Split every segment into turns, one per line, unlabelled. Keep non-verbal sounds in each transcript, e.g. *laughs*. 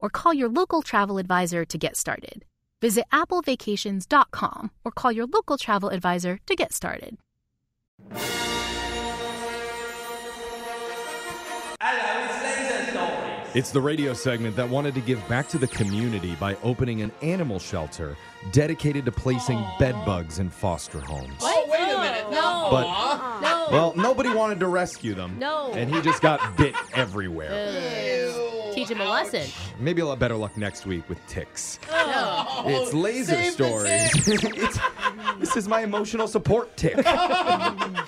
or call your local travel advisor to get started. Visit applevacations.com or call your local travel advisor to get started.
It's the radio segment that wanted to give back to the community by opening an animal shelter dedicated to placing bed bugs in foster homes.
Oh, wait a minute. No.
But
No.
well, nobody wanted to rescue them.
No.
And he just got bit everywhere.
Teach him a lesson.
Maybe a lot better luck next week with ticks. It's laser stories. *laughs* it's, this is my emotional support tick.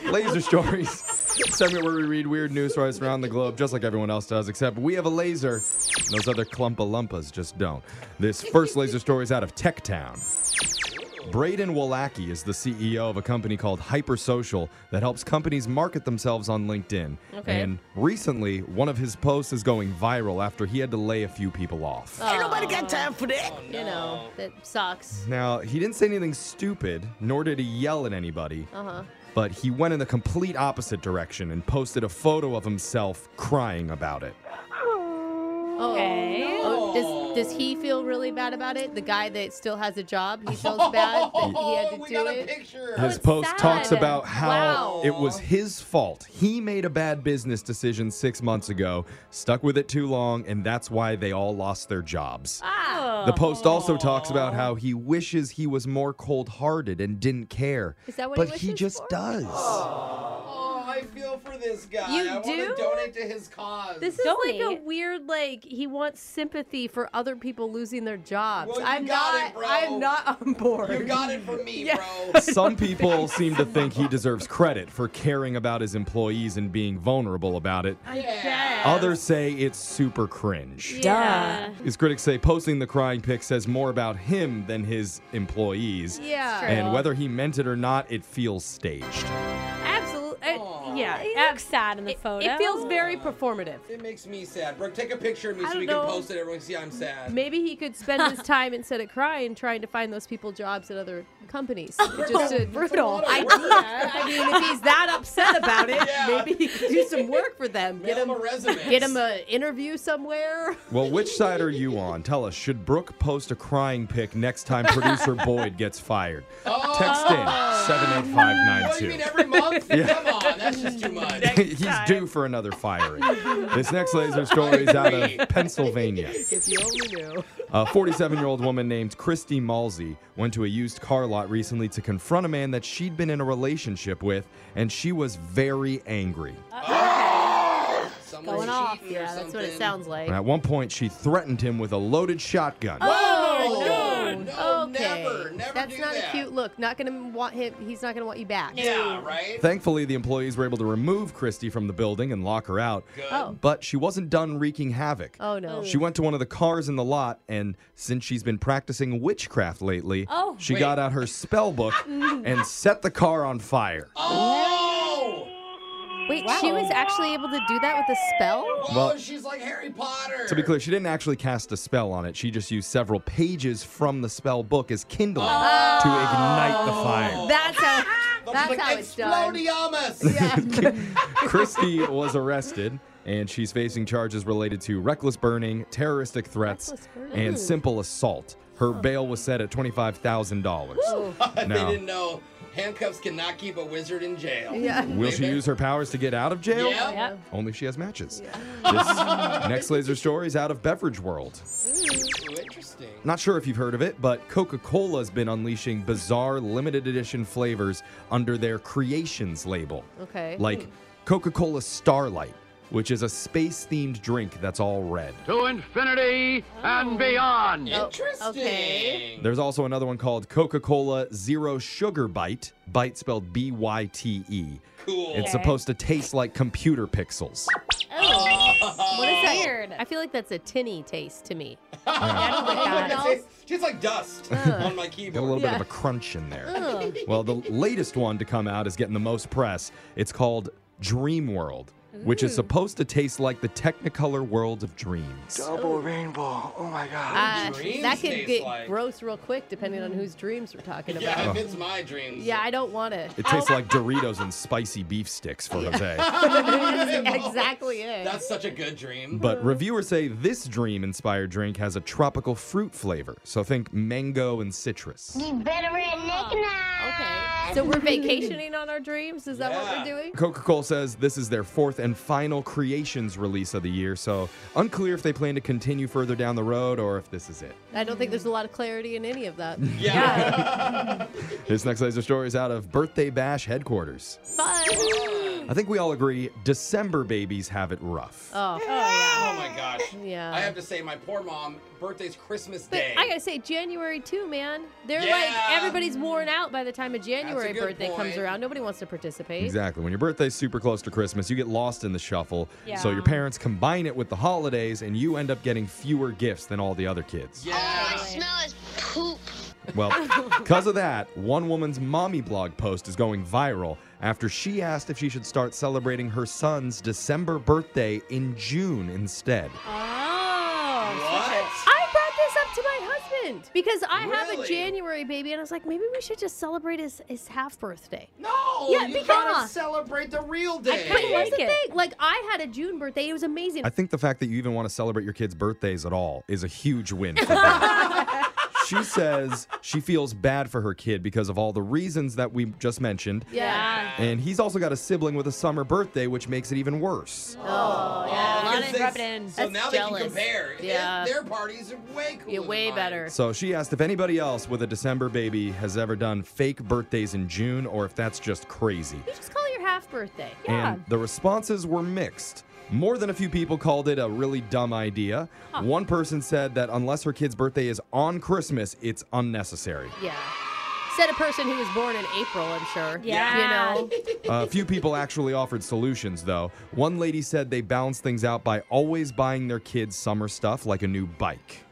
laser stories. Segment where we read weird news stories around the globe, just like everyone else does, except we have a laser. Those other clumpa lumpas just don't. This first laser story is out of Tech Town. Braden Wolacki is the CEO of a company called Hypersocial that helps companies market themselves on LinkedIn.
Okay.
And recently, one of his posts is going viral after he had to lay a few people off.
You know, that sucks.
Now, he didn't say anything stupid, nor did he yell at anybody. Uh-huh. But he went in the complete opposite direction and posted a photo of himself crying about it.
Okay. Oh, does, does he feel really bad about it? The guy that still has a job, he
*laughs*
feels bad that he had to do it.
His
Oh, it's
post
sad.
talks about how
Wow.
it was his fault. He made a bad business decision six months ago, stuck with it too long, and that's why they all lost their jobs.
Ah.
The post also talks about how he wishes he was more cold hearted and didn't care.
Is that what he
but he,
wishes
just
for?
does.
Oh, I feel for this guy.
You
I want
do?
to donate to his cause.
This is like
Donate.
a weird like he wants sympathy for other people losing their jobs.
Well, you
I'm
got
not
it, bro.
I'm not on board.
you got it from me,
*laughs*
bro.
Some people seem to think he deserves credit for caring about his employees and being vulnerable about it. Others say it's super cringe.
Yeah.
His critics say posting the crying pic says more about him than his employees.
Yeah.
And whether he meant it or not, it feels staged.
Absolutely. yeah.
He
I'm
looks-
sad in the
eh, it,
photo.
it feels very performative.
It makes me sad. Brooke, take a picture of me
I
so we
don't
can
know.
post it. Everyone can see I'm sad.
Maybe he could spend *laughs* his time instead of crying trying to find those people jobs at other *laughs* companies. It Just
Oh,
a brutal
I
idea. I mean, if he's that upset about it, maybe he could do some work for them. Get
Mail
him
him a resume.
get him an interview
*laughs*
somewhere.
Well, which side are you on? Tell us, should Brooke post a crying pic next time producer Boyd gets fired?
Oh.
Text in
What do Oh, you
78592.
mean
*laughs*
every month? Come on, that's just too much.
*laughs* He's due for another firing. this next laser story is out of Pennsylvania.
If you only knew.
A 47 year old woman named Christy Malsey went to a used car lot recently to confront a man that she'd been in a relationship with, and she was very angry.
Someone's
Going off.
cheating or
Yeah, that's what it
something.
sounds like.
And at one point, she threatened him with a loaded shotgun.
Oh,
no, no,
okay.
never, never
That's
do
not a
that.
cute look. Not gonna want him. He's not gonna want you back.
Yeah, right?
Thankfully, the employees were able to remove Christy from the building and lock her out.
Oh.
But she wasn't done wreaking havoc.
Oh no.
She went to one of the cars in the lot, and since she's been practicing witchcraft lately,
Oh.
she got out her spell book and set the car on fire.
Oh!
Wait, she was actually able to do that with a spell?
Whoa,
Well-
oh, she's like Harry Potter.
To be clear, she didn't actually cast a spell on it. She just used several pages from the spell book as kindling to ignite the fire.
That's
*laughs*
how.
The
that's
flick
how it's done. *laughs*
Explodiamus!
Christy was arrested, and she's facing charges related to reckless burning, terroristic threats, and simple assault. Her bail was set at twenty-five thousand dollars.
They
Now,
didn't know handcuffs cannot keep a wizard in jail.
Yeah.
will she use her powers to get out of jail?
Yeah.
*laughs* Yep.
Only if she has matches. This next laser story is out of Beverage World.
Ooh, Oh, interesting.
Not sure if you've heard of it, but Coca Cola has been unleashing bizarre limited edition flavors under their Creations label.
Okay.
Like Coca Cola Starlight, which is a space themed drink that's all red.
to infinity and beyond.
Interesting.
Oh, okay.
There's also another one called Coca Cola Zero Sugar Bite, bite spelled B Y T E.
Cool.
It's supposed to taste like computer pixels.
What is that?
Weird.
I feel like that's a tinny taste to
*laughs*
me.
Oh, It tastes- tastes like dust on my
Got a
keyboard.
little bit of a crunch in there. well, the latest one to come out is getting the most press. It's called Dream World, which is supposed to taste like the Technicolor world of dreams.
Uh,
Dreams
that could
taste
get
like- Mm-hmm.
gross real quick, depending on whose dreams we're talking about.
Oh.
yeah, if *laughs* it's my dreams.
Yeah, *laughs* I don't want it.
It tastes like Doritos and spicy beef sticks for Jose.
That's exactly it.
That's such a good dream.
But reviewers say this dream inspired drink has a tropical fruit flavor. So think mango and citrus.
okay.
*laughs*
So we're vacationing on our dreams? Is that what
Yeah.
we're doing?
Coca Cola says this is their fourth and final creations release of the year. So unclear if they plan to continue further down the road or if this is it.
I don't think there's a lot of clarity in any of that.
*laughs* yeah.
This next laser story is out of Birthday Bash headquarters.
Fun.
I think we all agree December babies have it rough.
Oh.
Oh my gosh.
Yeah.
I have to say, my poor mom, birthday's Christmas
But
Day.
I gotta say, January too, man. They're
Yeah.
like everybody's worn out by the time a January
good
birthday comes
point.
around. Nobody wants to participate.
Exactly. When your birthday's super close to Christmas, you get lost in the shuffle. So
Yeah.
your parents combine it with the holidays and you end up getting fewer gifts than all the other kids.
yeah.
Well, because of that, one woman's mommy blog post is going viral after she asked if she should start celebrating her son's December birthday in June instead.
Oh,
What?
I brought this up to my husband because I have a
Really?
January baby, and I was like, maybe we should just celebrate his, his half birthday.
No.
Yeah,
you
because-
gotta celebrate the real day.
But here's the
like it.
thing: like I had a June birthday, it was amazing.
I think the fact that you even want to celebrate your kids' birthdays at all is a huge win for them. she says she feels bad for her kid because of all the reasons that we just mentioned.
yeah,
And he's also got a sibling with a summer birthday, which makes it even worse.
Because
of
they-
rub it in.
So
That's
now
jealous.
they can compare.
Yeah.
Their, their parties are way cooler.
yeah,
than
way
mine.
better.
So she asked if anybody else with a December baby has ever done fake birthdays in June or if that's just crazy.
Just call it your half birthday.
And the responses were mixed. More than a few people called it a really dumb idea. One person said that unless her kid's birthday is on Christmas, it's unnecessary.
Yeah. Said a person who was born in April, I'm sure. You
Yeah.
know?
A few people actually offered solutions, though. One lady said they balance things out by always buying their kids summer stuff, like a new bike.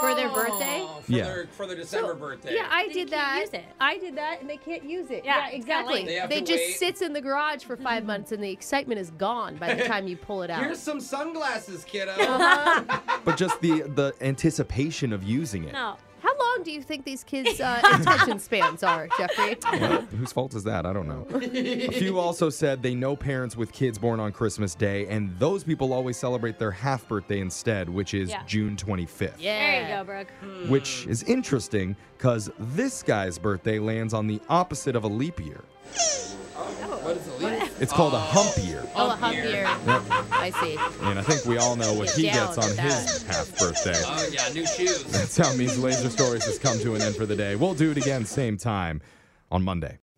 For their birthday?
Oh, for
Yeah.
Their, for their December birthday.
Yeah, I
Then you
did
can't
that.
use it.
I did that, and they can't use it.
Yeah,
Yeah,
it's kinda
exactly.
lame. They
have
They
to
just
wait.
sits in the garage for five months, and the excitement is gone by
*laughs*
the time you pull it out.
Here's some sunglasses, kiddo.
Uh-huh.
But just the the anticipation of using it.
No.
How long do you think these kids'
*laughs*
uh, attention spans are, Jeffrey?
Well, whose fault is that? I don't
*laughs*
know. A few also said they know parents with kids born on Christmas Day, and those people always celebrate their half birthday instead, which is
Yeah.
June 25th.
There you go, Brooke.
Which is interesting because this guy's birthday lands on the opposite of a leap year.
what is the leaf?
It's called a hump year.
Oh, a hump
*laughs*
year. I see.
And I think we all know what he
Down
gets on
with that.
his half birthday.
Oh, yeah, new shoes.
That's how Means Laser Stories has come to an end for the day. We'll do it again, same time on Monday.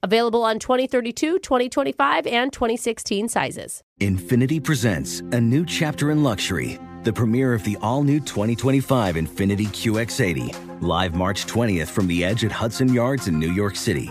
Available on 2032, 2025, and 2016 sizes.
Infinity presents a new chapter in luxury, the premiere of the all new 2025 Infinity QX80, live March 20th from the edge at Hudson Yards in New York City,